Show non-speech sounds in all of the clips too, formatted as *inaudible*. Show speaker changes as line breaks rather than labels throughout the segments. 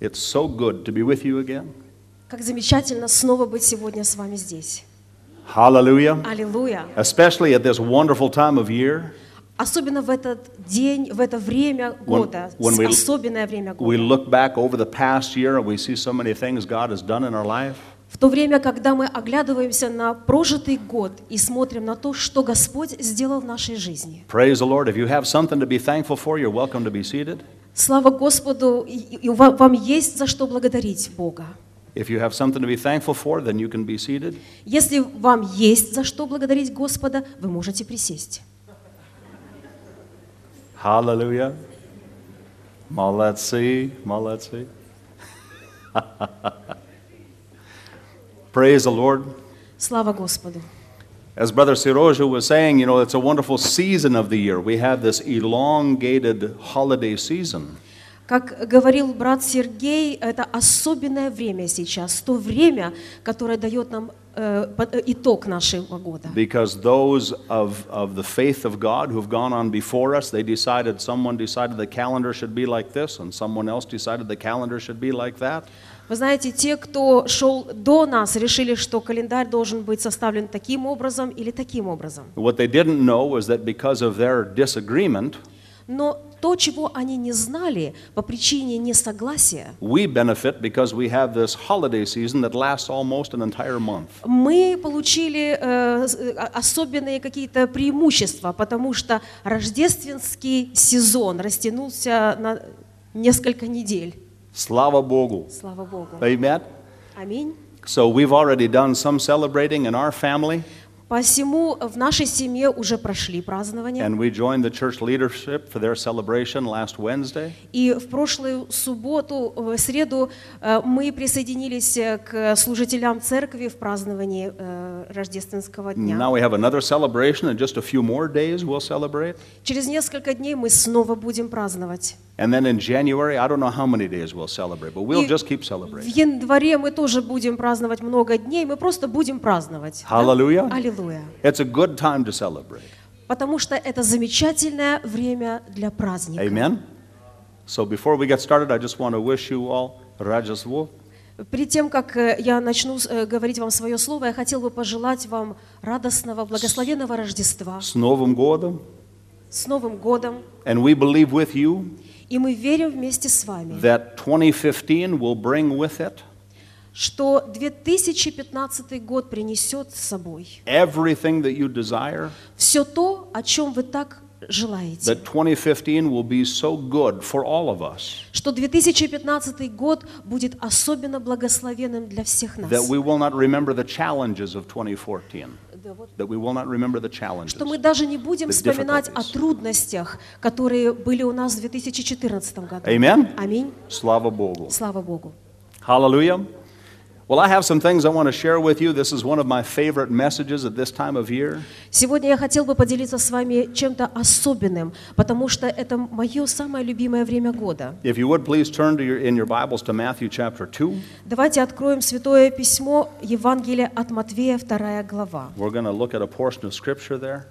It's so good to be with you again.
Как замечательно снова быть сегодня с вами здесь.
Hallelujah.
Аллилуйя.
Especially at this wonderful time of year,
Особенно в этот день, в это время года,
when
с-
we-
особенное время
we
года.
look back over the past year and we see so many things God has done in our life.
В то время, когда мы оглядываемся на прожитый год и смотрим на то, что Господь сделал в нашей жизни.
Praise the Lord. If you have something to be thankful for, you're welcome to be seated.
Слава Господу, и, и ва- вам есть за что благодарить Бога.
If you have something to be thankful for, then you can be seated.
Если вам есть за что благодарить Господа, вы можете присесть.
Hallelujah. Malatsi, Malatsi. *laughs* Praise the Lord.
Слава Господу.
As Brother Siroja was saying, you know, it's a wonderful season of the year. We have this elongated holiday season.
Как говорил брат Сергей, это особенное время сейчас, то время, которое дает нам э, под- э, итог нашего года.
Because those of, of the faith of God who've gone on before us, they decided, someone decided the calendar should be like this, and someone else decided the calendar should be like that.
Вы знаете, те, кто шел до нас, решили, что календарь должен быть составлен таким образом или таким образом.
What they didn't know was that because of their disagreement,
Но то, чего они не знали по причине несогласия,
we benefit because we have this holiday season that lasts almost an entire month.
мы получили э, с- э, а- особенные какие-то преимущества, потому что рождественский сезон растянулся на несколько недель.
Slava Bogu.
Слава Богу.
Amen.
Аминь.
So we've already done some celebrating in our family,
Посему в нашей семье уже прошли празднования.
and we joined the church leadership for their celebration last Wednesday.
И в прошлую субботу, в среду, э, мы присоединились э, к служителям церкви в праздновании э, Рождественского дня.
Now we have another celebration, and just a few more days we'll celebrate.
Через несколько дней мы снова будем праздновать.
And then in January, I don't know how many days we'll celebrate, but we'll
И
just keep
В
celebrating.
январе мы тоже будем праздновать много дней, мы просто будем праздновать. да?
Hallelujah.
Аллилуйя.
It's a good time to celebrate.
Потому что это замечательное время для праздника.
Amen. So before we get started, I just want to wish you all Rajasvo.
Перед тем, как э, я начну э, говорить вам свое слово, я хотел бы пожелать вам радостного, благословенного Рождества
с Новым годом.
с Новым годом.
And we believe with you
И мы верим вместе с вами,
that 2015 will bring with it
что 2015 год принесет с собой
everything that you desire,
все то, о чем вы так желаете.
that 2015 will be so good for all of us
Что 2015 год будет особенно благословенным для всех нас.
that we will not remember the challenges of 2014,
Да, вот.
that we will not remember the challenges.
Что мы даже не будем
The
вспоминать о
difficulties.
трудностях, которые были у нас в 2014 году.
Amen.
Аминь.
Slava Bogu.
Слава Богу.
Hallelujah. Well, I have some things I want to share with you. This is one of my favorite messages at this time of year.
Сегодня я хотел бы поделиться с вами чем-то особенным, потому что это мое самое любимое время года.
If you would please turn to your, in your Bibles to Matthew chapter 2.
Давайте откроем Святое Письмо Евангелие от Матвея, 2 глава.
We're going to look at a portion of scripture there.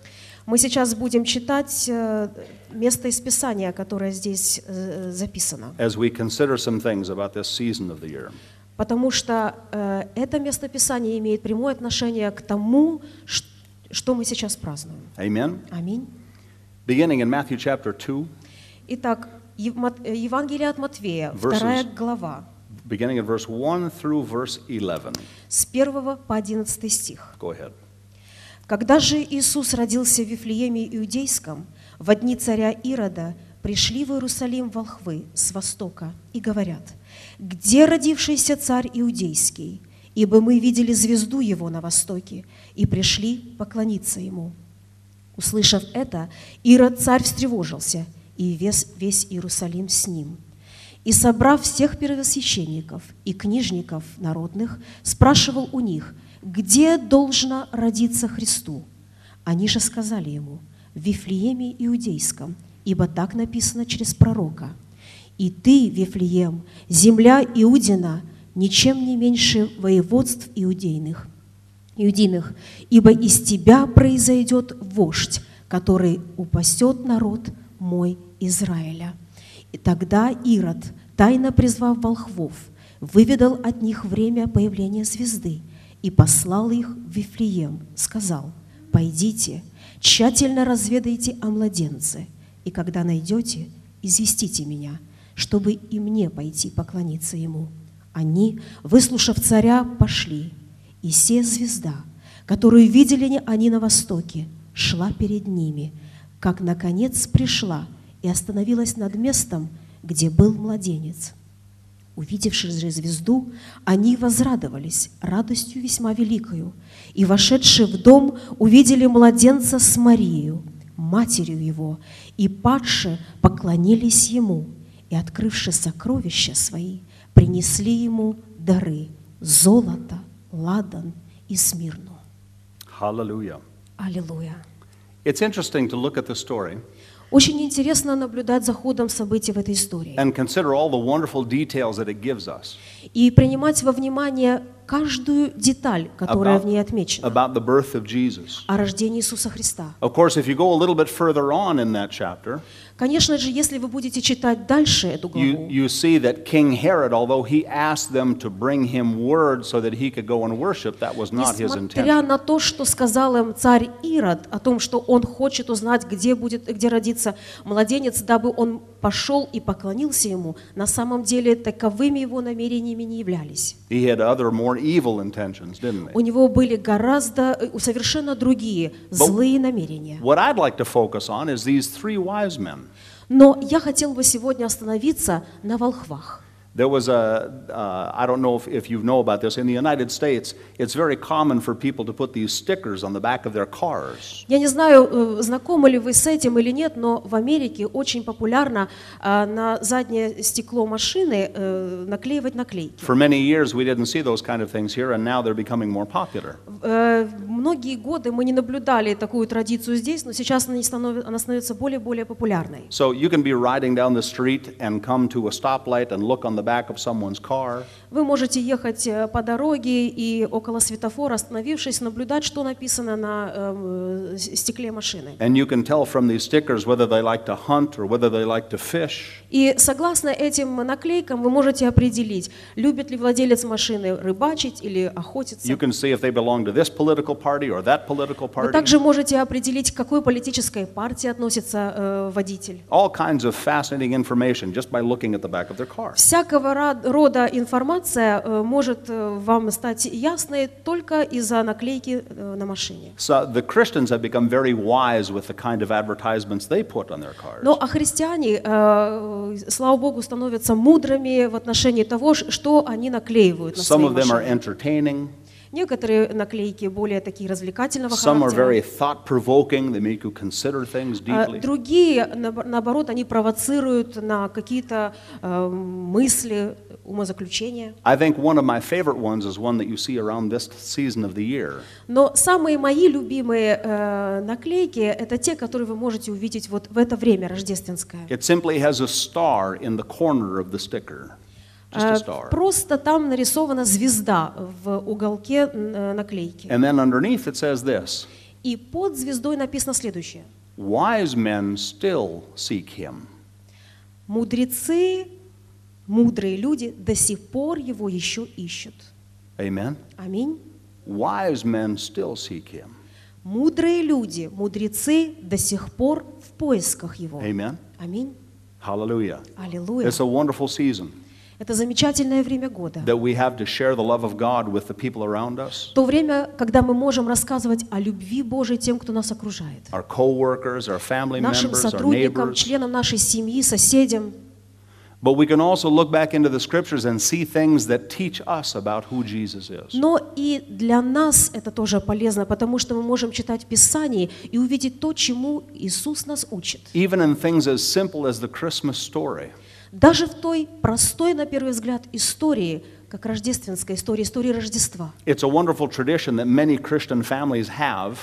Мы сейчас будем читать э, место из Писания, которое здесь э, записано,
as we consider some things about this season of the year.
потому что э, это место Писания имеет прямое отношение к тому, ш- что мы сейчас празднуем.
Amen.
Аминь.
Beginning in Matthew chapter 2,
Итак, Ев- Мат- э, Евангелие от Матвея,
Verses.
2 глава,
beginning in verse 1 through verse 11.
с 1 по 11 стих.
Go ahead.
Когда же Иисус родился в Вифлееме Иудейском, в дни царя Ирода пришли в Иерусалим волхвы с востока и говорят, «Где родившийся царь Иудейский? Ибо мы видели звезду его на востоке и пришли поклониться ему». Услышав это, Ирод царь встревожился, и весь, весь Иерусалим с ним. И, собрав всех первосвященников и книжников народных, спрашивал у них, где должно родиться Христу. Они же сказали ему, в Вифлееме Иудейском, ибо так написано через пророка. «И ты, Вифлеем, земля Иудина, ничем не меньше воеводств иудейных, Иудиных, ибо из тебя произойдет вождь, который упасет народ мой Израиля. И тогда Ирод, тайно призвав волхвов, выведал от них время появления звезды и послал их в Вифлеем, сказал, «Пойдите, тщательно разведайте о младенце, и когда найдете, известите меня, чтобы и мне пойти поклониться ему». Они, выслушав царя, пошли, и се звезда, которую видели они на востоке, шла перед ними, как, наконец, пришла и остановилась над местом, где был младенец. Увидевши же звезду, они возрадовались радостью весьма великою, и, вошедши в дом, увидели младенца с Марией, матерью его, и падше поклонились ему, и, открывши сокровища свои, принесли ему дары – золото, ладан и смирну.
Hallelujah.
Аллилуйя!
It's interesting to look at the story
Очень интересно наблюдать за ходом событий в этой истории
and consider all the wonderful details that it gives us
и принимать во внимание каждую деталь, которая в ней отмечена,
about the birth of Jesus.
о рождении Иисуса Христа.
Of course, if you go a little bit further on in that chapter,
Конечно же, если вы будете читать дальше эту
you,
главу,
you see that King Herod, although he asked them to bring him word so that he could go and worship, that was not his
несмотря
intention.
на то, что сказал им царь Ирод о том, что он хочет узнать, где будет, где родится младенец, дабы он пошел и поклонился ему, на самом деле таковыми его намерениями не являлись.
He had other more evil intentions, didn't
У
he?
него были гораздо э, совершенно другие злые намерения.
What I'd like to focus on is these three wise men.
Но я хотел бы сегодня остановиться на волхвах.
There was a, uh, I don't know if, if you know about this, in the United States, it's very common for people to put these stickers on the back of their cars.
Я не знаю, э, знакомы ли вы с этим или нет, но в Америке очень популярно а, на заднее стекло машины э, наклеивать наклейки.
For many years, we didn't see those kind of things here, and now they're becoming more popular.
Э, Многие годы мы не наблюдали такую традицию здесь, но сейчас она, не станов- она становится более и более популярной.
So you can be riding down the street and come to a stoplight and look on the back of someone's car.
Вы можете ехать э, по дороге и около светофора, остановившись, наблюдать, что написано на эм, с- стекле машины.
And you can tell from these stickers whether they like to hunt or whether they like to fish.
И согласно этим наклейкам вы можете определить, любит ли владелец машины рыбачить или охотиться.
You can see if they belong to this political party or that political
Вы
party.
также можете определить, к какой политической партии относится э, водитель.
All kinds of fascinating information just by looking at the back of their car.
Всякого ра- рода информация э, может э, вам стать ясной только из-за наклейки э, на машине.
So the Christians have become very wise with the kind of advertisements they put on their cars.
Но а христиане, э, слава богу, становятся мудрыми в отношении того, ш- что они наклеивают на
Some
свои
of them are
машины.
entertaining.
Некоторые наклейки более такие развлекательного
Some are
характера.
very thought provoking. They make you consider things
А
deeply.
Другие, наоб- наоборот, они провоцируют на какие-то э, мысли, умозаключения.
I think one of my favorite ones is one that you see around this season of the year.
Но самые мои любимые э, наклейки – это те, которые вы можете увидеть вот в это время рождественское.
It simply has a star in the corner of the sticker. Just
Э,
a star.
Просто там нарисована звезда в уголке э, наклейки.
And then underneath it says this
И под звездой написано следующее.
Wise men still seek him.
«Мудрецы, мудрые люди до сих пор его еще ищут».
Amen?
Аминь.
Wise men still seek him.
Мудрые люди, мудрецы до сих пор в поисках Его.
Amen?
Аминь.
Hallelujah.
Аллилуйя.
It's a wonderful season.
Это замечательное время года.
that we have to share the love of God with the people around us,
То время, когда мы можем рассказывать о любви Божией тем, кто нас окружает.
our coworkers, our family
Нашим
members, our
сотрудникам,
neighbors.
членам нашей семьи, соседям.
But we can also look back into the scriptures and see things that teach us about who Jesus is.
Но и для нас это тоже полезно, потому что мы можем читать Писание и увидеть то, чему Иисус нас учит.
Even in things as simple as the Christmas story,
Даже в той простой, на первый взгляд, истории, как рождественская история, история Рождества –
it's a wonderful tradition that many Christian families have,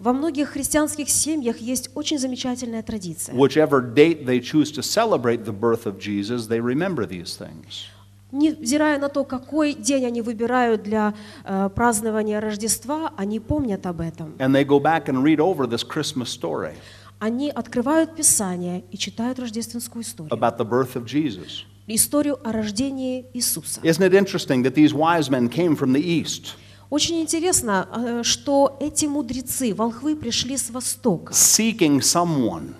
Во многих христианских семьях есть очень замечательная традиция.
whichever date they choose to celebrate the birth of Jesus, they remember these things.
Невзирая на то, какой день они выбирают для э, празднования Рождества, они помнят об этом.
And they go back and read over this Christmas story
Они открывают Писание и читают рождественскую историю
about the birth of Jesus.
историю о рождении Иисуса.
Isn't it interesting that these wise men came from the east,
Очень интересно, э, что эти мудрецы, волхвы, пришли с востока
seeking someone?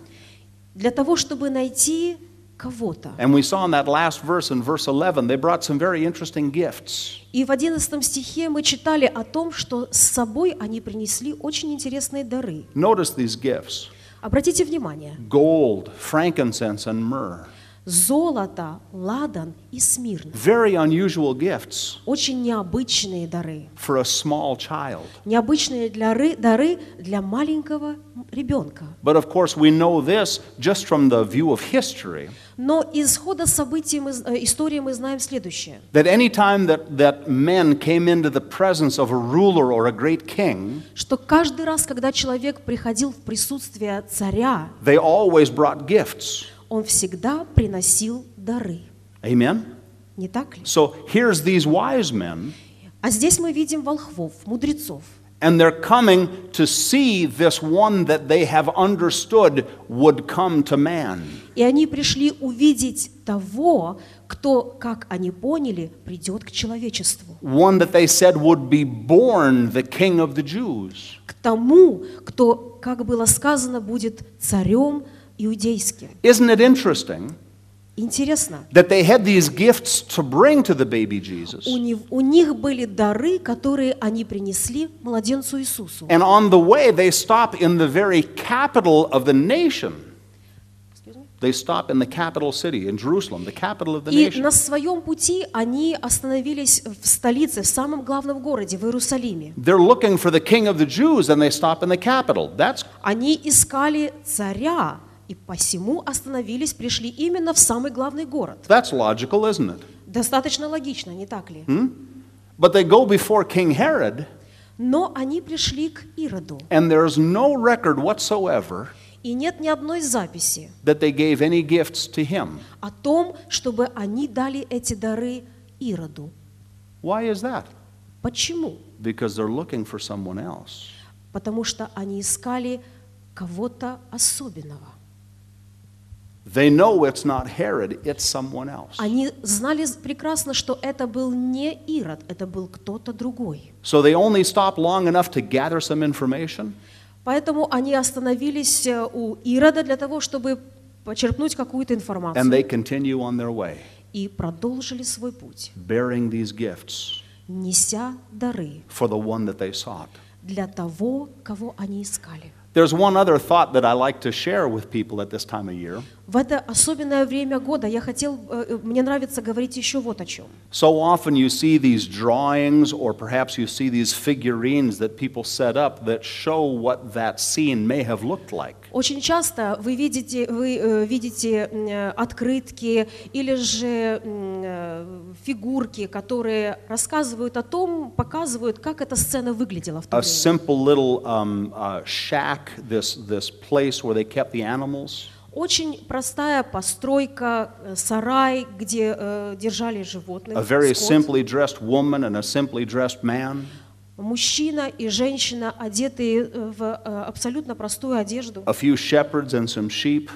для того, чтобы найти кого-то.
And we saw in that last verse, in verse 11, they brought some very interesting gifts.
И в 11 стихе мы читали о том, что с собой они принесли очень интересные дары.
Notice these gifts
Обратите внимание,
gold, frankincense, and myrrh.
золото, ладан и смирн.
Very unusual gifts
Очень необычные дары.
for a small child.
Необычные для ры- дары для маленького ребенка.
But of course, we know this just from the view of history
Но из хода событий мы, з- э, истории мы знаем следующее.
that any time that, that men came into the presence of a ruler or a great king,
Что каждый раз, когда человек приходил в присутствие царя,
they always brought gifts.
он всегда приносил дары.
Amen?
Не так ли?
So here's these wise men,
А здесь мы видим волхвов, мудрецов.
and they're coming to see this one that they have understood would come to man.
И они пришли увидеть того, кто, как они поняли, придет к человечеству.
One that they said would be born the king of the Jews.
К тому, кто, как было сказано, будет царем иудейским.
Isn't it interesting
Интересно,
that they had these gifts to bring to the baby Jesus?
у, нев- у них были дары, которые они принесли младенцу Иисусу.
And on the way, they stop in the very capital of the nation. They stop in the capital city, in Jerusalem, the capital of the
И
nation.
на своем пути они остановились в столице, в самом главном городе, в Иерусалиме.
They're looking for the king of the Jews, and they stop in the capital. That's
Они искали царя, и посему остановились, пришли именно в самый главный город.
that's logical, isn't it?
Достаточно логично, не так ли?
But they go before King Herod,
Но они пришли к Ироду,
and there's no record whatsoever
и нет ни одной записи
that they gave any gifts to him.
о том, чтобы они дали эти дары Ироду.
Why is that?
Почему?
Because they're looking for someone else.
Потому что они искали кого-то особенного.
They know it's not Herod, it's someone else.
Они знали прекрасно, что это был не Ирод, это был кто-то другой.
So they only stop long enough to gather some information.
Поэтому они остановились э, у Ирода для того, чтобы почерпнуть какую-то
And
информацию
they continue on their way,
и продолжили свой путь,
bearing these gifts
неся дары
for the one that they sought.
для того, кого они искали.
There's one other thought that I like to share with people at this time of year.
В это особенное время года я хотел, э, э, мне нравится говорить еще вот о чем.
So often you see these drawings, or perhaps you see these figurines that people set up that show what that scene may have looked like.
Очень часто вы видите, вы э, видите м, э, открытки или же м, э, фигурки, которые рассказывают о том, показывают, как эта сцена выглядела в то
A
время.
simple little um, uh, shack, this, this place where they kept the animals.
Очень простая постройка, э, сарай, где э, держали животных,
A very
скот.
simply dressed woman and a simply dressed man.
мужчина и женщина, одетые э, в э, абсолютно простую одежду,
A few shepherds and some sheep.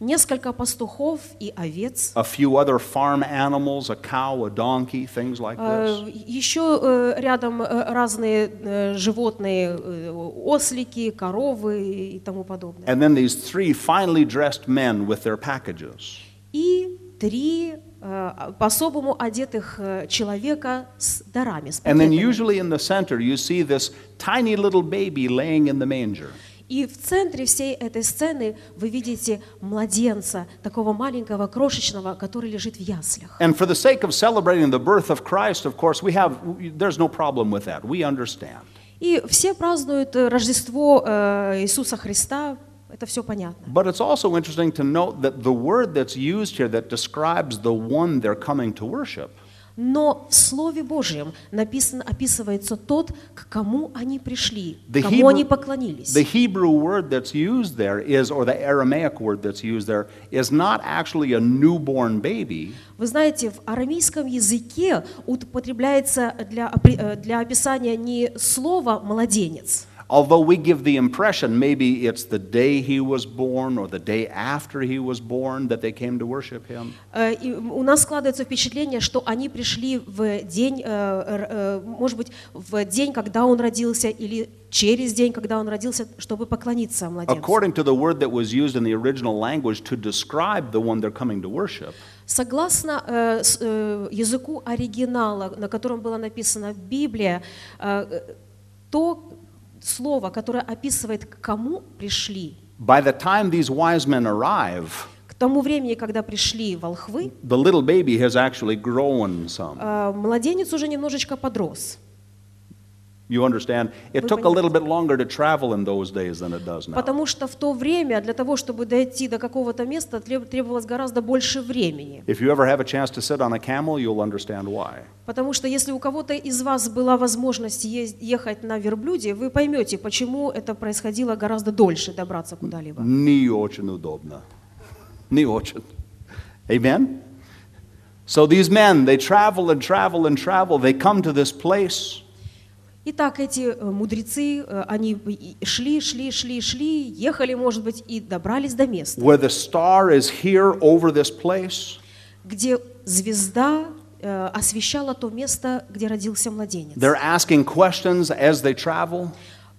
несколько пастухов и овец.
a few other farm animals, a cow, a donkey, things like
Oh.
this.
Еще рядом э, разные э, животные, э, ослики, коровы и тому подобное.
And then these three finely dressed men with their packages.
И три э, по-особому одетых э, человека с дарами. с
And then
пакетами.
usually in the center, you see this tiny little baby laying in the manger.
И в центре всей этой сцены вы видите младенца, такого маленького, крошечного, который лежит в яслях.
And for the sake of celebrating the birth of Christ, of course, we have, there's no problem with that. We understand.
И все празднуют э, Рождество э, Иисуса Христа, это все понятно.
But it's also interesting to note that the word that's used here that describes the one they're coming to worship
Но в Слове Божьем написано, описывается тот, к кому они пришли,
The
кому
Hebrew-
они поклонились.
The Hebrew word that's used there is, or the Aramaic word that's used there, is not actually a newborn baby,
Вы знаете, в арамейском языке употребляется для, опри- э, для описания не слово «младенец»,
Although we give the impression maybe it's the day he was born or the day after he was born that they came to worship him.
Э, и у нас складывается впечатление, что они пришли в день, э, р- э, может быть, в день, когда он родился, или через день, когда он родился, чтобы поклониться младенцу.
According to the word that was used in the original language to describe the one they're coming to worship,
Согласно э, с- э, языку оригинала, на котором была написана Библия, э, э, то слово, которое описывает, к кому пришли,
by the time these wise men arrive,
к тому времени, когда пришли волхвы,
the little baby has actually grown some.
э, младенец уже немножечко подрос.
You understand? It
Вы
took a little bit longer to travel in those days than it does now.
Потому что в то время для того, чтобы дойти до какого-то места, треб- требовалось гораздо больше времени.
If you ever have a chance to sit on a camel, you'll understand why.
Потому что если у кого-то из вас была возможность ез- ехать на верблюде, вы поймете, почему это происходило гораздо дольше добраться куда-либо.
Не очень удобно. Не очень. Amen? So these men, they travel and travel and travel. They come to this place.
Итак, эти э, мудрецы, э, они и- и шли, шли, шли, шли, ехали, может быть, и добрались до места,
where the star is here over this place,
где звезда э, освещала то место, где родился младенец.
they're asking questions as they travel.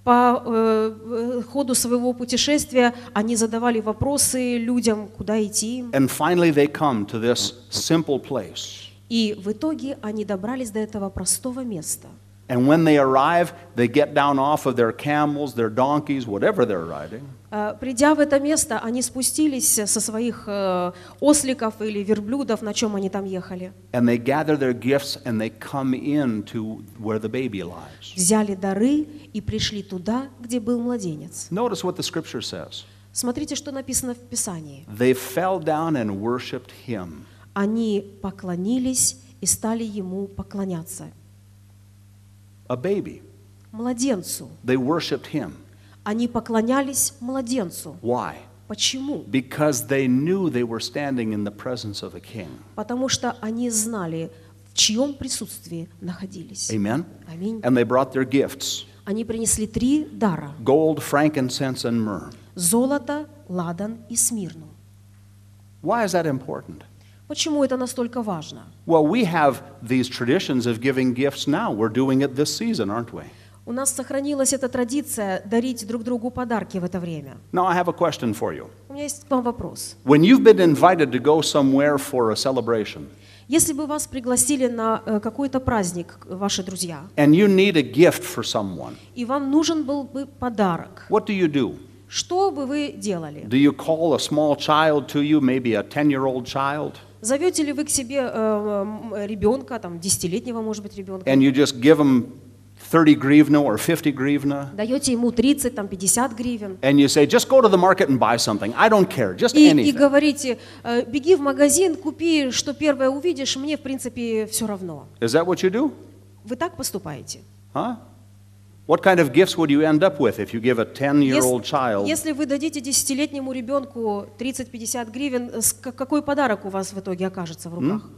По э, э, ходу своего путешествия они задавали вопросы людям, куда идти.
And finally, they come to this simple place.
И в итоге они добрались до этого простого места.
And when they arrive, they get down off of their camels, their donkeys, whatever they're riding,
Э, Придя в это место, они спустились со своих э, осликов или верблюдов, на чем они там ехали.
and they gather their gifts and they come in to where the baby lies.
Взяли дары и пришли туда, где был младенец.
Notice what the scripture says.
Смотрите, что написано в Писании.
They fell down and worshiped him.
Они поклонились и стали ему поклоняться.
A baby.
Младенцу.
They worshiped him.
Они поклонялись младенцу.
Why?
Почему?
Because they knew they were standing in the presence of a king.
Потому что они знали, в чьем присутствии находились.
Amen?
Аминь.
And they brought their gifts
Они принесли три дара –
gold, frankincense, and myrrh.
золото, ладан и смирну.
Why is that important?
Почему это настолько важно?
Well, we have these traditions of giving gifts now. We're doing it this season, aren't we?
У нас сохранилась эта традиция дарить друг другу подарки в это время.
Now, I have a question for you.
У меня есть к вам вопрос.
When you've been invited to go somewhere for a celebration
Если бы вас пригласили на э, какой-то праздник, э, ваши друзья,
and you need a gift for someone,
и вам нужен был бы подарок,
what do you do?
что бы вы делали?
Do you call a small child to you, maybe a 10 year old child,
Зовете ли вы к себе э, м, ребенка, там, десятилетнего, может быть, ребенка?
and you just give him 30 grivna or 50 grivna?
Даете ему 30, там, 50 гривен?
And you say, just go to the market and buy something. I don't care, just
И, и
anything.
говорите, э, беги в магазин, купи, что первое увидишь, мне, в принципе, все равно.
Is that what you do?
Вы так поступаете?
Huh? What kind of gifts would you end up with if you give a 10 year old
Ес-
child?
Если вы дадите десятилетнему ребенку 30-50 гривен, э, с- к- какой подарок у вас в итоге окажется в руках?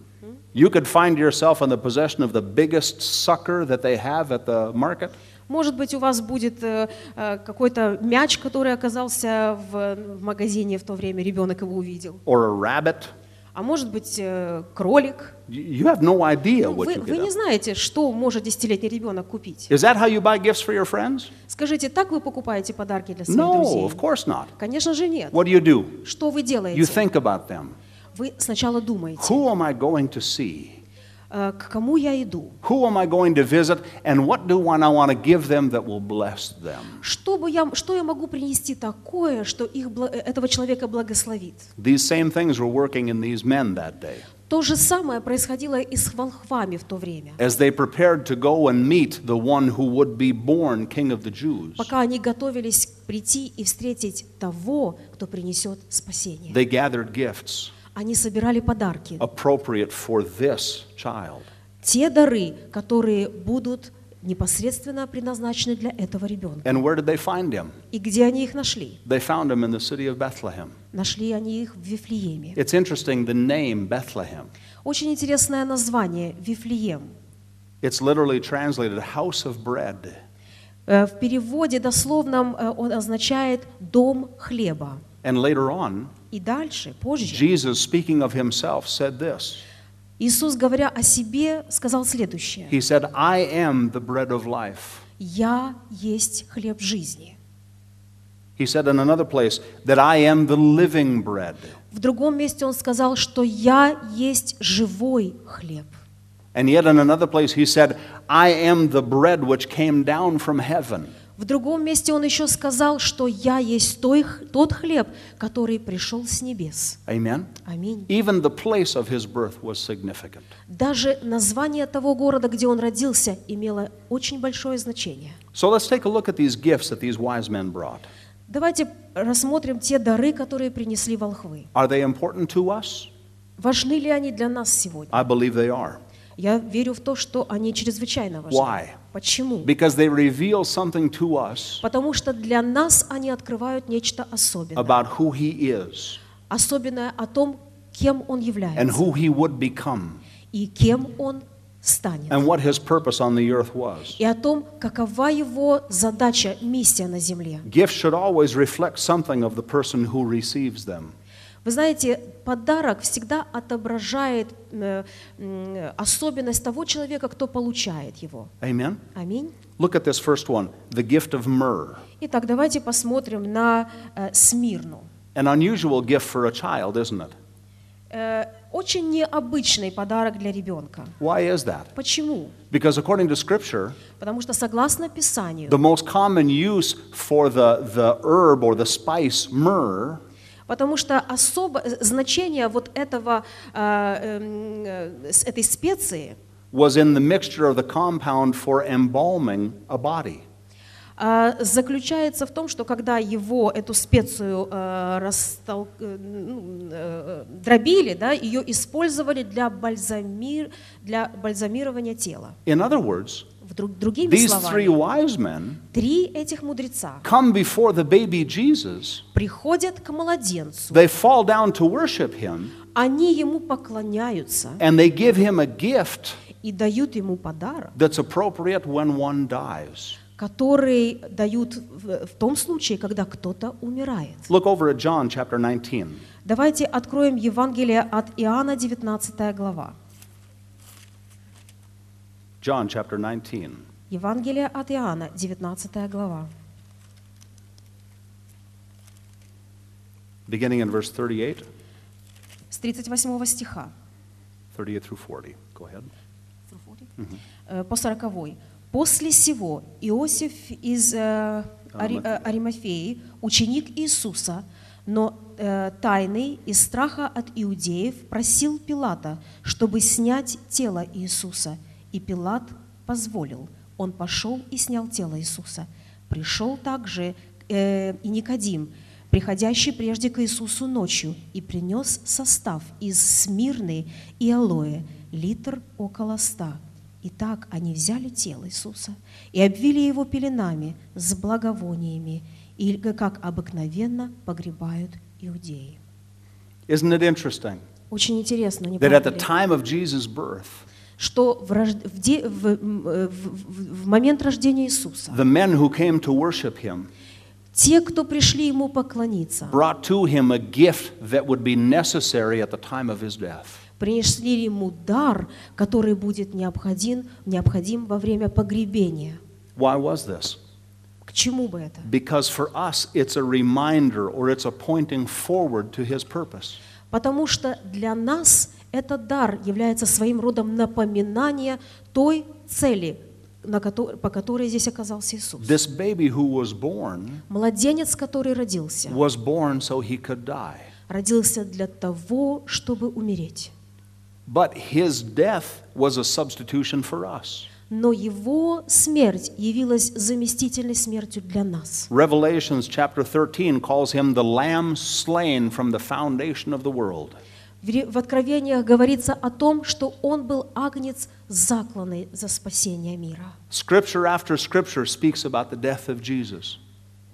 You could find yourself in the possession of the biggest sucker that they have at the market.
Может быть, у вас будет э, э, какой-то мяч, который оказался в, в магазине в то время, ребенок его увидел.
Or a rabbit.
А может быть, э, кролик.
You- You have no idea
Ну,
what
Вы,
you
вы
get.
не
up.
знаете, что может десятилетний ребенок купить.
Is that how you buy gifts for your friends?
Скажите, так вы покупаете подарки для своих
No,
друзей?
of course not.
Конечно же нет.
What do you do?
Что вы делаете?
You think about them.
Вы сначала думаете,
Who am I going to see?
э, к кому я иду?
Who am I going to visit? And what do I want to give them that will bless them?
Что, бы я, что я могу принести такое, что их, бла- э, этого человека благословит?
These same things were working in these men that day.
То же самое происходило и с волхвами в то время,
as they prepared to go and meet the one who would be born king of the Jews.
пока они готовились прийти и встретить того, кто принесет спасение.
They gathered gifts
Они собирали подарки,
appropriate for this child.
те дары, которые будут непосредственно предназначены для этого ребенка.
And where did they find him?
И где они их нашли?
They found him in the city of Bethlehem.
Нашли они их в Вифлееме.
It's interesting the name Bethlehem.
Очень интересное название – Вифлеем.
It's literally translated house of bread.
Э, В переводе дословном э, он означает «дом хлеба».
And later on,
И дальше, позже,
Jesus, speaking of himself, said this
Иисус, говоря о себе, сказал следующее.
He said, I am the bread of life.
«Я есть хлеб жизни».
He said in another place that I am the living bread.
В другом месте он сказал, что «я есть живой хлеб».
And yet in another place, he said, I am the bread which came down from heaven.
В другом месте он еще сказал, что «я есть той х- тот хлеб, который пришел с небес».
Amen?
Аминь.
Even the place of his birth was significant.
Даже название того города, где он родился, имело очень большое значение.
So let's take a look at these gifts that these wise men brought.
Давайте рассмотрим те дары, которые принесли волхвы.
Are they important to us?
Важны ли они для нас сегодня?
I believe they are.
Я верю в то, что они чрезвычайно важны.
Why?
Почему?
Because they reveal something to us
Потому что для нас они открывают нечто особенное.
about who he is
Особенное о том, кем он
and
является
who he would become
и кем он станет.
and what his purpose on the earth was.
и о том, какова его задача, миссия на земле.
Gifts should always reflect something of the person who receives them.
Вы знаете, подарок всегда отображает э, м, особенность того человека, кто получает его.
Amen?
Аминь.
Look at this first one the gift of myrrh.
Итак, давайте посмотрим на э, Смирну.
An unusual gift for a child, isn't it?
Э, очень необычный подарок для ребенка.
Why is that?
Почему?
Because according to Scripture,
Потому что согласно Писанию,
the most common use for the, the herb or the spice, myrrh,
потому что особо э, значение вот этого э, эм, э, с этой специи
was in the mixture of the compound for embalming a body.
а, заключается в том, что когда его, эту специю э, растол- э, ну, э, дробили, да, ее использовали для, бальзамир, для бальзамирования тела.
In other words,
Вдруг, другими
these three
словами,
wise men
три этих мудреца
come before the baby Jesus.
приходят к младенцу,
They fall down to worship him
они ему поклоняются
and they give him a gift
и дают ему подарок,
that's appropriate when one dies.
который дают в, в том случае, когда кто-то умирает.
Look over at John chapter 19.
Давайте откроем Евангелие от Иоанна, 19 глава.
John chapter 19.
Евангелие от Иоанна, 19 глава,
beginning in verse 38,
с 38 стиха
38 through 40. Go ahead.
э, по 40. «После сего Иосиф из э, Ари- э, Аримафеи, ученик Иисуса, но э, тайный из страха от иудеев просил Пилата, чтобы снять тело Иисуса. И Пилат позволил. Он пошел и снял тело Иисуса. Пришел также э, и Никодим, приходящий прежде к Иисусу ночью, и принес состав из смирны и алоэ, литр около ста. Итак, они взяли тело Иисуса и обвили его пеленами с благовониями, и как обыкновенно погребают иудеи.
Isn't it interesting
Очень интересно, не
that at
правда
the
ли,
time of Jesus' birth,
что в, рож- в де- в, м, э, в- в- в момент рождения Иисуса
the men who came to worship him
те, кто пришли ему поклониться,
brought to him a gift that would be necessary at the time of his death.
принесли ему дар, который будет необходим, необходим во время погребения.
Why was this?
К чему бы это?
Because for us, it's a reminder or it's a pointing forward to his purpose.
Потому что для нас этот дар является своим родом напоминание той цели, на кото- по которой здесь оказался Иисус.
This baby who was born
Младенец, который родился,
was born so he could die.
родился для того, чтобы умереть.
But his death was a substitution for us.
Но его смерть явилась заместительной смертью для нас.
Revelations chapter 13 calls him the lamb slain from the foundation of the world.
В ре- в Откровениях говорится о том, что он был агнец, закланный за спасение мира.
Scripture after scripture speaks about the death of Jesus.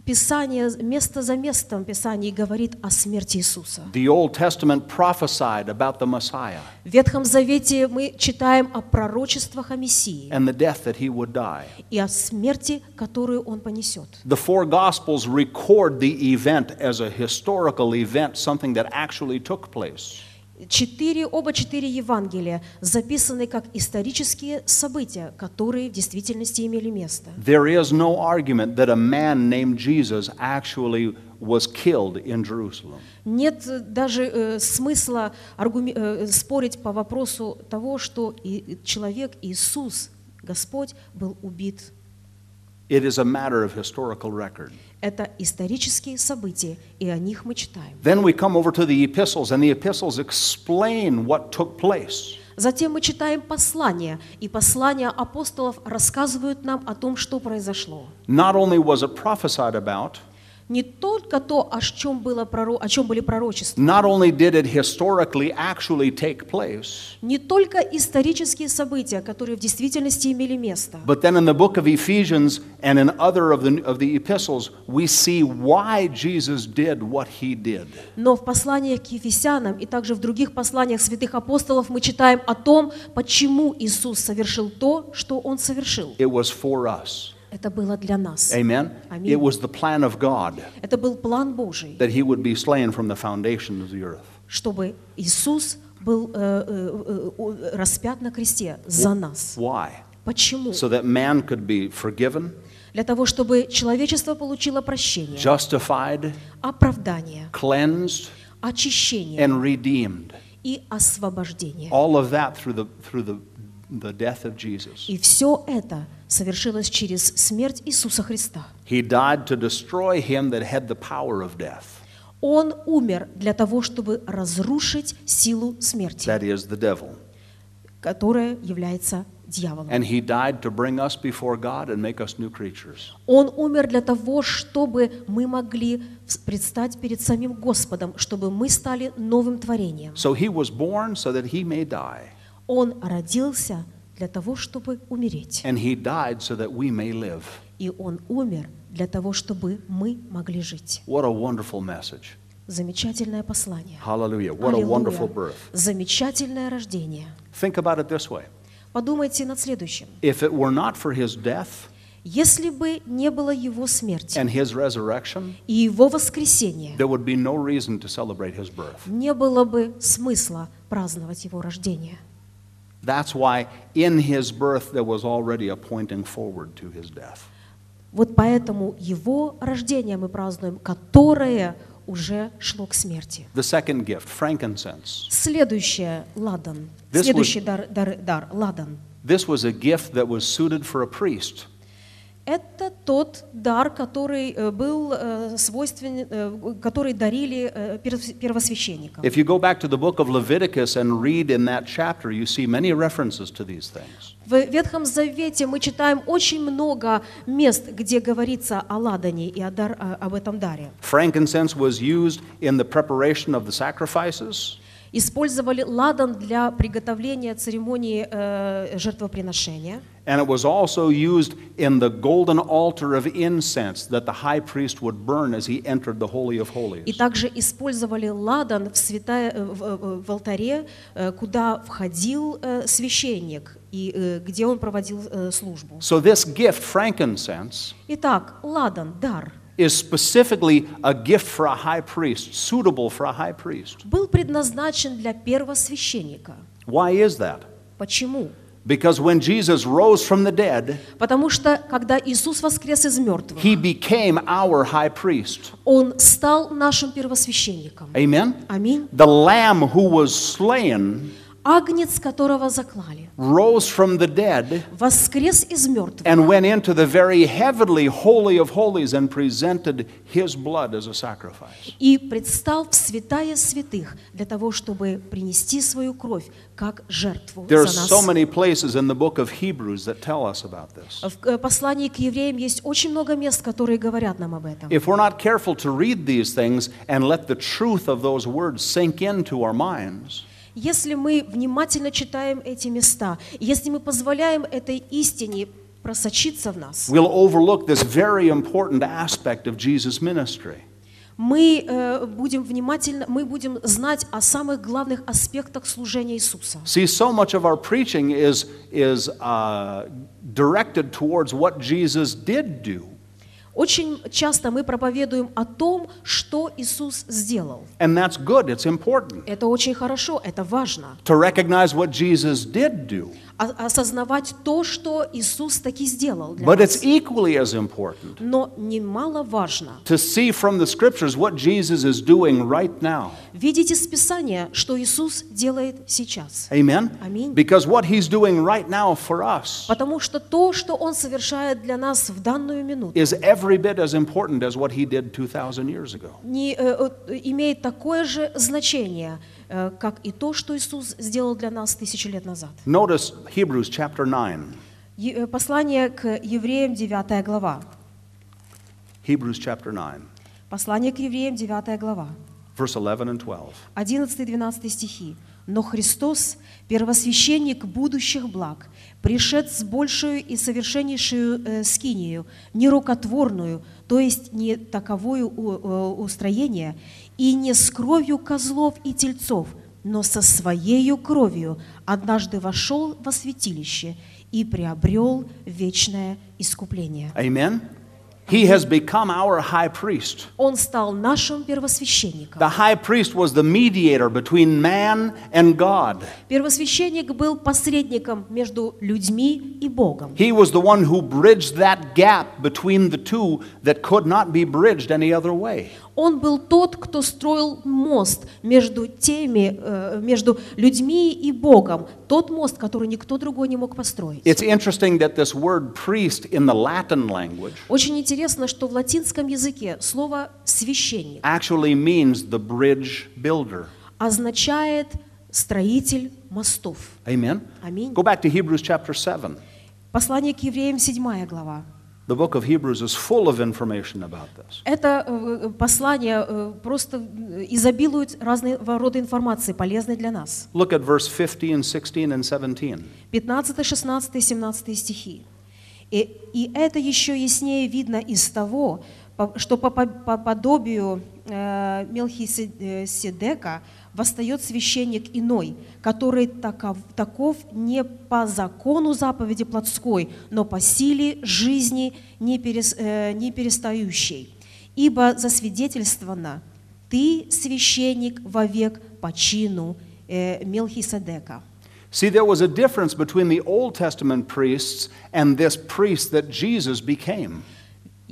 Писание, место за местом Писание говорит о смерти Иисуса.
The Old Testament prophesied about the Messiah
В Ветхом Завете мы читаем о пророчествах о Мессии
and the death that he would die.
и о смерти, которую Он понесет.
The four Gospels record the event as a historical event, something that actually took place.
Четыре, оба четыре Евангелия записаны как исторические события, которые в действительности имели место.
There is no argument that a man named Jesus actually was killed in Jerusalem.
Нет э, даже э, смысла аргуме- э, спорить по вопросу того, что и человек Иисус, Господь, был убит.
It is a matter of historical record.
Это исторические события, и о них мы читаем.
Then we come over to the epistles, and the epistles explain what took place.
Затем мы читаем послания, и послания апостолов рассказывают нам о том, что произошло.
Not only was it prophesied about,
Не только то, о чем, было проро- о чем были пророчества,
not only did it historically actually take place,
не только исторические события, которые в действительности имели место,
but then in the book of Ephesians and in other of the, of the epistles, we see why Jesus did what he did.
но в посланиях к Ефесянам и также в других посланиях святых апостолов мы читаем о том, почему Иисус совершил то, что Он совершил.
It was for us.
Это было для нас.
Amen?
Amen.
It was the plan of God
Это был план Божий.
that he would be slain from the foundation of the earth.
чтобы Иисус был э, э, э, у- распят на кресте за нас.
Why?
Почему?
So that man could be forgiven,
Для того, чтобы человечество получило прощение,
justified,
оправдание,
cleansed,
очищение
and redeemed.
и освобождение.
All of that through the, through the, the death of Jesus.
И все это совершилось через смерть Иисуса Христа.
He died to destroy him that had the power of death,
Он умер для того, чтобы разрушить силу смерти,
that is, the devil.
которая является дьяволом.
And he died to bring us before God and make us new creatures.
Он умер для того, чтобы мы могли вс- предстать перед самим Господом, чтобы мы стали новым творением.
So he was born so that he may die,
Он родился для того, чтобы умереть.
and he died so that we may live.
И он умер для того, чтобы мы могли жить.
What a wonderful message.
Замечательное послание.
Hallelujah. What a
Аллилуйя.
wonderful birth.
Замечательное рождение.
Think about it this way
Подумайте над следующим.
if it were not for his death
Если бы не было его смерти
and his resurrection,
и его воскресения,
there would be no reason to celebrate his birth.
не было бы смысла праздновать его рождение.
That's why in his birth there was already a pointing forward to his death.
Вот поэтому его рождение мы празднуем, которое уже шло к смерти.
The second gift, frankincense.
Следующее – ладан.
This was-
Следующий дар, дар, дар – ладан.
This was a gift that was suited for a priest.
Это тот дар, который э, был э, свойственен, э, который дарили э, перв- первосвященникам.
If you go back to the book of Leviticus and read in that chapter, you see many references to these things.
В Ветхом Завете мы читаем очень много мест, где говорится о ладане и о дар- о- об этом даре.
Frankincense was used in the preparation of the sacrifices.
Использовали ладан для приготовления церемонии э, жертвоприношения.
And it was also used in the golden altar of incense that the high priest would burn as he entered the Holy of
И
Holies.
также использовали ладан в, святая- э, в- э, в алтаре, э, куда входил э, священник и э, где он проводил э, службу.
So, this gift, frankincense,
Итак, ладан, дар,
is specifically a gift for a high priest, suitable for a high priest.
был предназначен для первосвященника.
Why is that?
Почему?
Because when Jesus rose from the dead,
Потому что, когда Иисус воскрес из мертвых,
he became our high priest.
Он стал нашим первосвященником.
Amen?
Аминь.
The lamb who was slain
Агнец, которого заклали,
rose from the dead
воскрес из мертвых
and went into the very heavenly holy of holies and presented his blood as a sacrifice.
и предстал в святая святых для того, чтобы принести свою кровь как жертву
There are
за нас.
so many places in the book of Hebrews that tell us about this.
В э, послании к евреям есть очень много мест, которые говорят нам об этом.
If we're not careful to read these things and let the truth of those words sink into our minds,
Если мы внимательно читаем эти места, если мы позволяем этой истине просочиться в нас.
We'll overlook this very important aspect of Jesus' ministry.
Мы э, будем внимательно, мы будем знать о самых главных аспектах служения Иисуса.
See, so much of our preaching is, is uh, directed towards what Jesus did do.
Очень часто мы проповедуем о том, что Иисус сделал.
And that's good, it's important
Это очень хорошо, это важно.
to recognize what Jesus did do.
О- осознавать то, что Иисус таки сделал для
But
нас.
it's equally as important
Но немаловажно
to see from the scriptures what Jesus is doing right now.
видеть из Писания, что Иисус делает сейчас.
Amen?
Amen.
Because what he's doing right now for us
Потому что то, что Он совершает для нас в данную минуту,
is every bit as important as what he did 2,000 years ago.
не, э, вот, имеет такое же значение, э, как и то, что Иисус сделал для нас тысячи лет назад.
Notice Hebrews chapter 9.
Е- э, Послание к евреям, 9 глава.
Hebrews chapter 9,
Послание к евреям, 9 глава.
verse 11 and 12.
11-12 стихи. «Но Христос, первосвященник будущих благ, пришед с большую и совершеннейшую э, скинию, нерукотворную, то есть не таковое устроение, и не с кровью козлов и тельцов, но со своею кровью однажды вошел во святилище и приобрел вечное искупление».
Amen? He has become our high priest.
Он стал нашим первосвященником.
The high priest was the mediator between man and God.
Первосвященник был посредником между людьми и Богом.
He was the one who bridged that gap between the two that could not be bridged any other way.
Он был тот, кто строил мост между теми, э, между людьми и Богом, тот мост, который никто другой не мог построить.
It's interesting that this word priest in the Latin language
Очень интересно, что в латинском языке слово священник
actually means the bridge builder.
означает строитель мостов.
Amen?
Аминь.
Go back to Hebrews chapter 7.
Послание к евреям 7 глава.
The book of Hebrews is full of information about this.
Это э, послание э, просто э, изобилует разного рода информации, полезной для нас.
Look at verse 15, 16, and 17.
15, 16, 17 стихи. И, и это еще яснее видно из того, по- что по, по- по подобию э, Мелхиседека восстает священник иной, который таков, таков не по закону заповеди плотской, но по силе жизни не, перес- э, не перестающей. Ибо засвидетельствовано, ты священник вовек по чину э, Мелхиседека.
See, there was a difference between the Old Testament priests and this priest that Jesus became.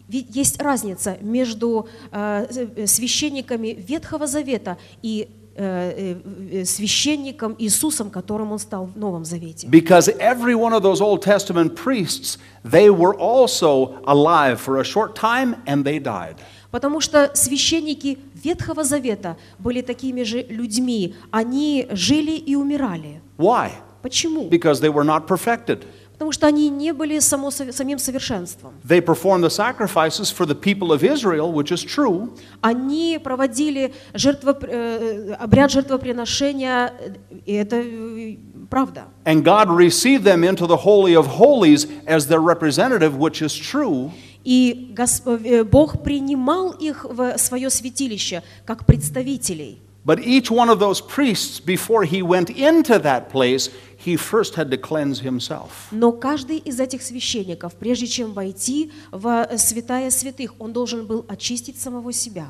Ведь есть разница между э, э, священниками Ветхого Завета и э, э, э, священником Иисусом, которым он стал в Новом Завете.
Because every one of those Old Testament priests, they were also alive for a short time and they died.
Потому что священники Ветхого Завета были такими же людьми. Они жили и умирали.
Why?
Почему?
Because they were not perfected.
Потому что они не были само, со- самим совершенством.
They performed the sacrifices for the people of Israel, which is true,
Они проводили жертвоп- э, обряд жертвоприношения, э, и это э, правда.
and God received them into the Holy of Holies as their representative, which is true.
И Гос- э, Бог принимал их в свое святилище как представителей.
But each one of those priests, before he went into that place, he first had to cleanse himself.
Но каждый из этих священников, прежде чем войти в э, святая святых, он должен был очистить самого себя.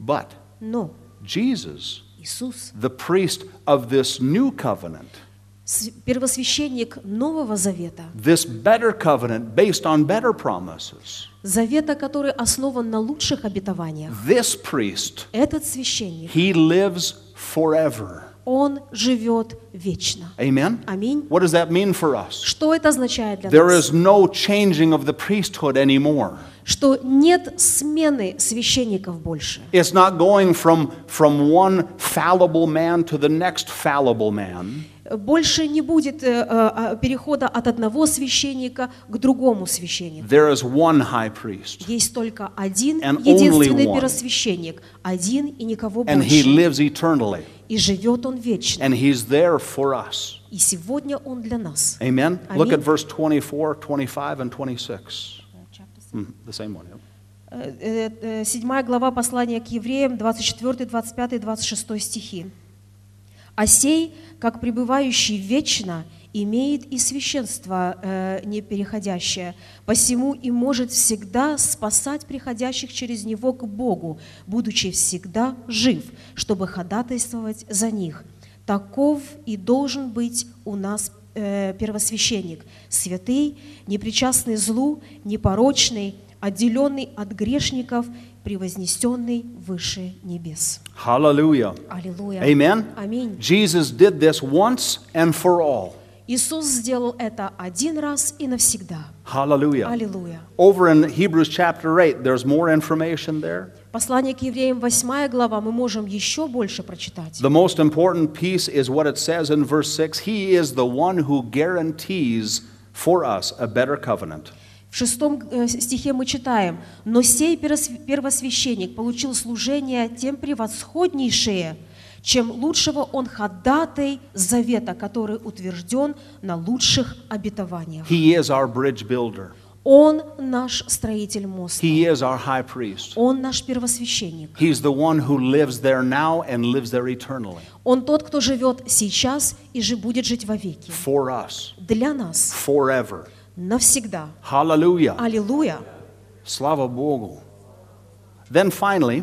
But
Но
Jesus,
Иисус,
the priest of this new covenant,
с- первосвященник Нового Завета,
this better covenant based on better promises,
завета, который основан на лучших обетованиях,
this priest,
этот священник,
he lives forever.
он живет вечно.
Amen?
Аминь.
What does that mean for us?
Что это означает для
There
нас?
is no changing of the priesthood anymore.
Что нет смены священников больше.
It's not going from, from one fallible man to the next fallible man.
Больше не будет э, э, а, перехода от одного священника к другому священнику.
There is one high priest,
Есть только один
And
единственный
only one.
первосвященник, один и никого
and he
больше.
lives eternally,
И живет он вечно,
and he's there for us.
и сегодня Он для нас.
Amen? Look
Amen.
at verse 24, 25, and 26. Mm, The same one, yeah.
Э, э, э, Седьмая глава послания к евреям, 24, 25, 26 стихи. «А сей, как пребывающий вечно, имеет и священство э, непереходящее, посему и может всегда спасать приходящих через него к Богу, будучи всегда жив, чтобы ходатайствовать за них. Таков и должен быть у нас э, первосвященник, святый, непричастный злу, непорочный, отделенный от грешников, превознесенный выше небес.
Hallelujah.
Аллилуйя.
Amen?
Аминь.
Jesus did this once and for all.
Иисус сделал это один раз и навсегда.
Hallelujah.
Аллилуйя.
Over in Hebrews chapter 8, there's more information there.
Послание к евреям, 8 глава, мы можем еще больше прочитать.
The most important piece is what it says in verse 6 He is the one who guarantees for us a better covenant.
В шестом э, стихе мы читаем, «Но сей перос- первосвященник получил служение тем превосходнейшее, чем лучшего он ходатай завета, который утвержден на лучших обетованиях.
He is our bridge builder,
Он наш строитель моста,
He is our high priest.
он наш первосвященник,
He's the one who lives there now and lives there eternally
он тот, кто живет сейчас и же будет жить вовеки.
for us
Для нас
forever.
навсегда.
Hallelujah.
Аллилуйя.
Slava Bogu. Then finally,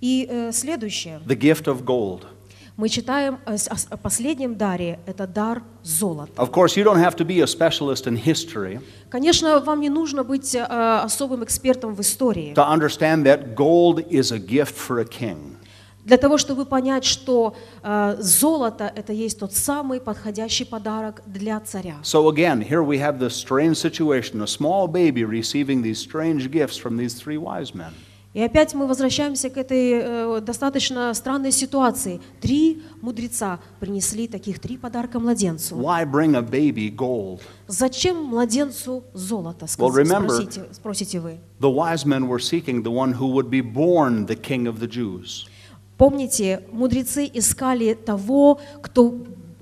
И э, следующее.
the gift of gold.
Мы читаем э, с- о- о последнем даре. Это дар золота.
Of course, you don't have to be a specialist in history
Конечно, вам не нужно быть э, особым экспертом в истории
to understand that gold is a gift for a king.
для того, чтобы понять, что э, золото – это есть тот самый подходящий подарок для царя.
So again, here we have this strange situation a small baby receiving these strange gifts from these three wise men.
И опять мы возвращаемся к этой э, достаточно странной ситуации. Три мудреца принесли таких три подарка младенцу.
Why bring a baby gold?
Зачем младенцу золото? Сказ-
Well, remember-
спросите, спросите вы.
The wise men were seeking the one who would be born the king of the Jews.
Помните, мудрецы искали того, кто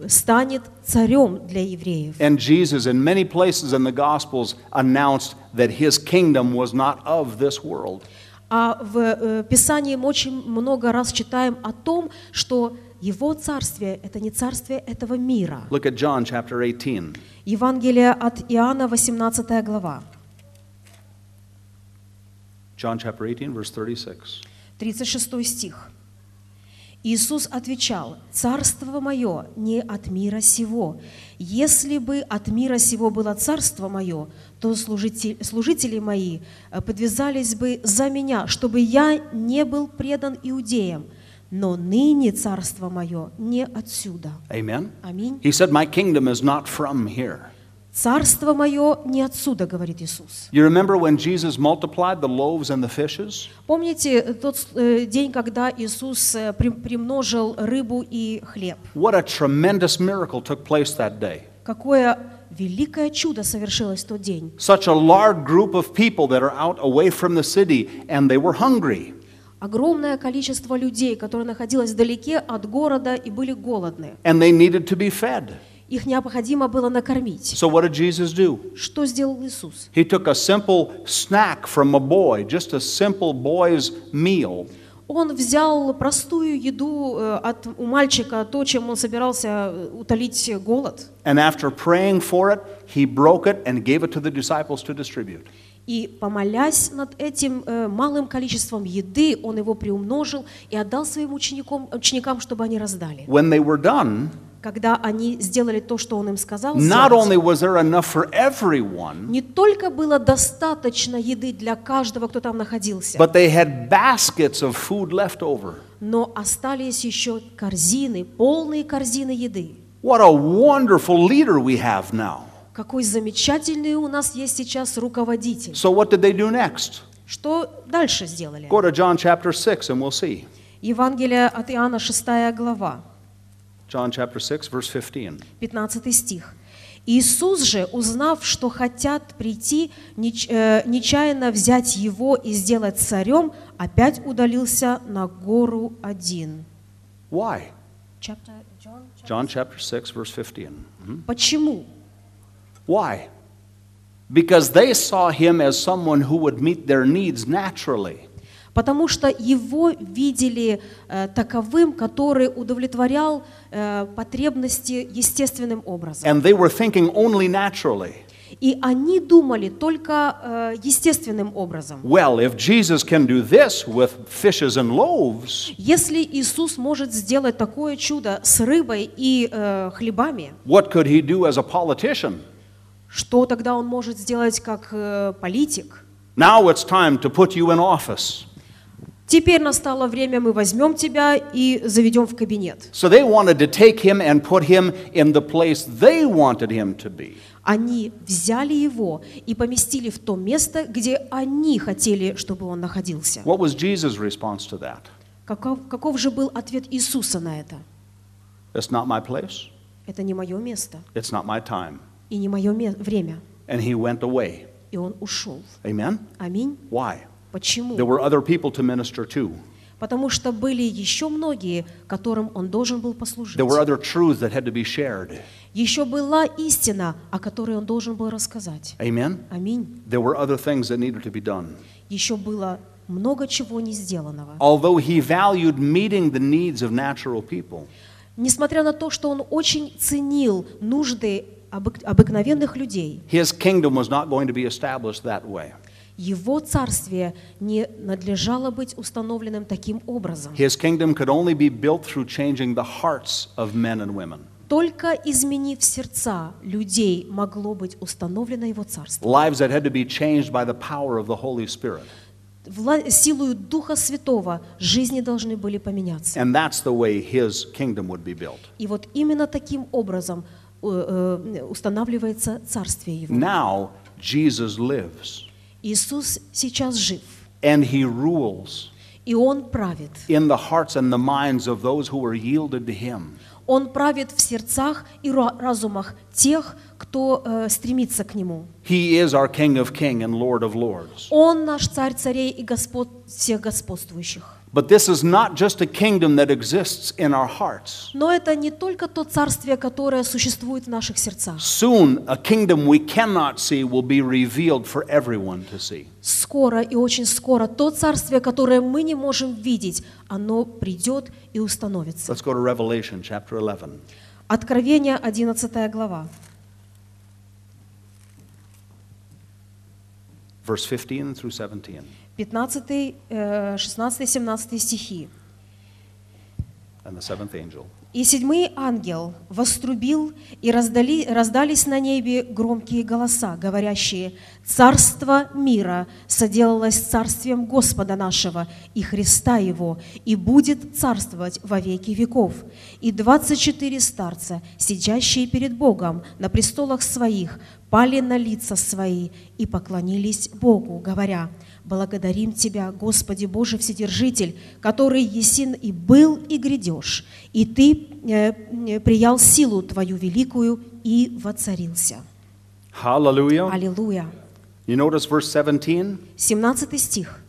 станет царем для евреев.
And Jesus, in many places in the Gospels, announced that his kingdom was not of this world.
А в э, Писании мы очень много раз читаем о том, что его царствие – это не царствие этого мира.
Look at John chapter 18.
Евангелие от Иоанна, 18 глава,
John chapter 18, verse 36.
36 стих. Иисус отвечал, «Царство мое не от мира сего. Если бы от мира сего было царство мое, то служите- служители мои э, подвязались бы за меня, чтобы я не был предан иудеям. Но ныне царство мое не отсюда».
Amen.
Аминь.
He said, My kingdom is not from here.
Царство мое не отсюда, говорит Иисус.
You remember when Jesus multiplied the loaves and the fishes?
Помните э, тот э, день, когда Иисус э, при- примножил рыбу и хлеб?
What a tremendous miracle took place that day.
Какое великое чудо совершилось в тот день.
Such a large group of people that are out away from the city and they were hungry.
Огромное количество людей, которые находилось вдалеке от города и были голодны.
and they needed to be fed.
Их необходимо было накормить.
So, what did Jesus do?
Что сделал Иисус?
He took a simple snack from a boy, just a simple boy's meal,
Он взял простую еду э, от, у мальчика, то, чем он собирался э, утолить голод.
and after praying for it, he broke it and gave it to the disciples to distribute.
И помолясь над этим э, малым количеством еды, он его приумножил и отдал своим ученикам, ученикам, чтобы они раздали.
When they were done,
Когда они сделали то, что он им сказал,
not
сделать,
only was there enough for everyone,
не только было достаточно еды для каждого, кто там находился,
but they had baskets of food left over.
но остались еще корзины, полные корзины еды.
What a wonderful leader we have now.
Какой замечательный у нас есть сейчас руководитель.
So, what did they do next?
Что дальше сделали?
Go to John chapter 6 and we'll see.
Евангелие от Иоанна 6 глава.
John chapter 6, verse 15.
15 стих. Иисус же, узнав, что хотят прийти, неч- э, нечаянно взять его и сделать царем, опять удалился на гору один.
Why?
Chapter-
John chapter 6, verse 15.
Почему?
Why? Because they saw him as someone who would meet their needs naturally.
Потому что его видели э, таковым, который удовлетворял э, потребности естественным образом.
And they were thinking only naturally.
И они думали только э, естественным образом.
Well, if Jesus can do this with fishes and loaves,
Если Иисус может сделать такое чудо с рыбой и э, хлебами,
what could he do as a politician?
что тогда он может сделать как э, политик?
Now it's time to put you in office.
Теперь настало время, мы возьмем тебя и заведем в кабинет.
So they wanted to take him and put him in the place they wanted him to be.
Они взяли его и поместили в то место, где они хотели, чтобы он находился.
What was Jesus' response to that?
Каков, каков же был ответ Иисуса на это?
It's not my place.
Это не мое место
It's not my time.
и не мое время.
And he went away.
И он ушел.
Amen?
Аминь.
Why? There
Почему?
were other people to minister to.
Потому что были еще многие, которым он должен был послужить.
There were other truths that had to be shared.
Еще была истина, о которой он должен был рассказать.
Amen?
Аминь.
There were other things that needed to be done.
Еще было много чего не сделанного.
Although he valued meeting the needs of natural people,
Несмотря на то, что он очень ценил нужды обык- обыкновенных людей,
his kingdom was not going to be established that way.
его царствие не надлежало быть установленным таким образом.
His kingdom could only be built through changing the hearts of men and women.
Только изменив сердца людей, могло быть установлено его царство.
Lives that had to be changed by the power of the Holy Spirit.
Вла- силою Духа Святого жизни должны были поменяться.
And that's the way his kingdom would be built.
И вот именно таким образом э, э, устанавливается царствие его.
Now, Jesus lives
Иисус сейчас жив,
and he rules
и Он правит.
in the hearts and the minds of those who are yielded to him.
Он правит в сердцах и ра- разумах тех, кто э, стремится к Нему.
He is our King of King and Lord of Lords.
Он наш царь царей и Господь всех господствующих.
But this is not just a kingdom that exists in our hearts.
Но это не только то царствие, которое существует в наших сердцах.
Soon, a kingdom we cannot see will be revealed for everyone to see.
Скоро и очень скоро то царствие, которое мы не можем видеть, оно придет и установится.
Let's go to Revelation chapter 11.
Откровение 11 глава,
verse 15 through 17.
15, э, 16, 17 стихи.
And the seventh angel.
И седьмый ангел вострубил, и раздали, раздались на небе громкие голоса, говорящие, «Царство мира соделалось царствием Господа нашего и Христа Его, и будет царствовать во веки веков. И двадцать четыре старца, сидящие перед Богом на престолах своих, пали на лица свои и поклонились Богу, говоря, Благодарим Тебя, Господи Боже Вседержитель, который есен и был, и грядешь, и Ты э, э, приял силу Твою великую и воцарился».
Hallelujah.
Аллилуйя!
You notice verse 17?
17 стих.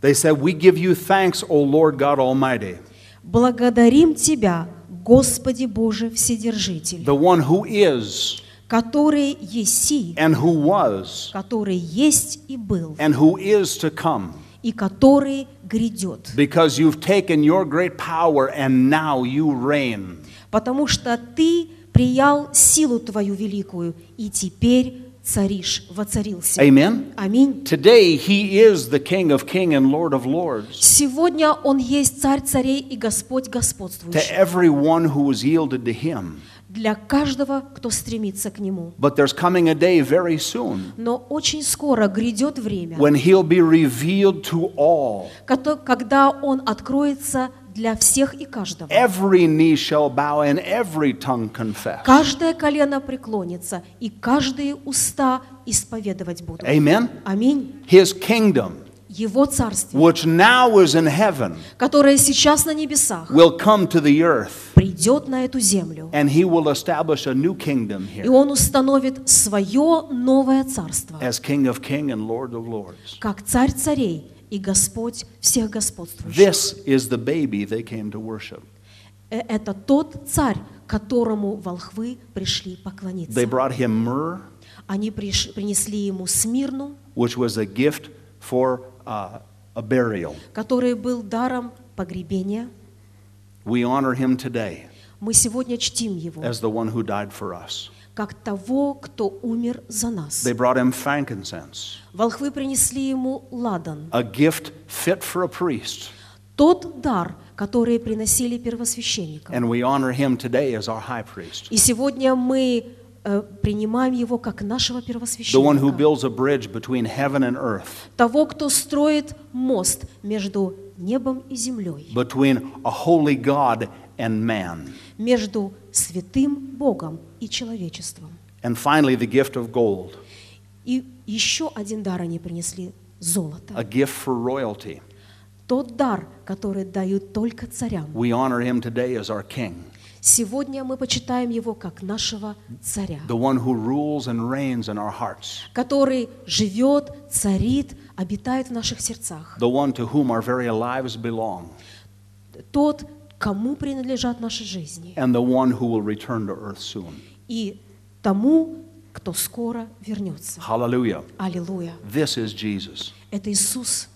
They said, We give you thanks, O Lord God Almighty,
«Благодарим Тебя, Господи Боже Вседержитель,
the one who is,
который еси,
and who was,
который есть и был,
and who is to come,
и который грядет,
because you've taken your great power and now you reign.
потому что Ты приял силу Твою великую, и теперь царишь, воцарился».
Amen.
Аминь.
Today, He is the King of King and Lord of Lords.
Сегодня Он есть Царь царей и Господь
To
господствующий
everyone who is yielded to Him.
для каждого, кто стремится к Нему.
But there's coming a day very soon
Но очень скоро грядет время,
when He'll be revealed to all.
кото- когда Он откроется для всех и каждого.
Every knee shall bow and every tongue confess.
Каждое колено преклонится, и каждые уста исповедовать будут.
Amen?
Аминь.
His kingdom,
Его царствие,
which now is in heaven,
которое сейчас на небесах,
will come to the earth,
придет на эту землю,
and He will establish a new kingdom
и
here
Он установит свое новое царство.
as King of King and Lord of Lords.
как царь царей и Господь всех господствующих.
This is the baby they came to worship.
э, это тот царь, которому волхвы пришли поклониться.
They brought him myrrh,
Они приш- принесли ему смирну,
which was a gift for uh, a burial.
который был даром погребения.
We honor him today
Мы сегодня чтим его
as the one who died for us.
как того, кто умер за нас.
They brought him frankincense,
Волхвы принесли ему ладан,
a gift fit for a priest,
тот дар, который приносили первосвященникам.
and we honor him today as our high priest,
И сегодня мы э, принимаем его как нашего
the one who
первосвященника,
builds a bridge between heaven and earth,
того, кто строит мост между небом и землей,
between a holy God and man.
между святым Богом и человечеством.
And finally, the gift of gold,
И еще один дар они принесли – золото.
a gift for royalty.
Тот дар, который дают только царям.
We honor him today as our king,
Сегодня мы почитаем его как нашего царя,
the one who rules and reigns in our hearts,
который живет, царит, обитает в наших сердцах.
the one to whom our very lives belong,
Тот, кому принадлежат наши жизни.
and the one who will return to earth soon.
И тому, кто скоро вернется.
Hallelujah.
Аллилуйя.
This is Jesus.
Это Иисус.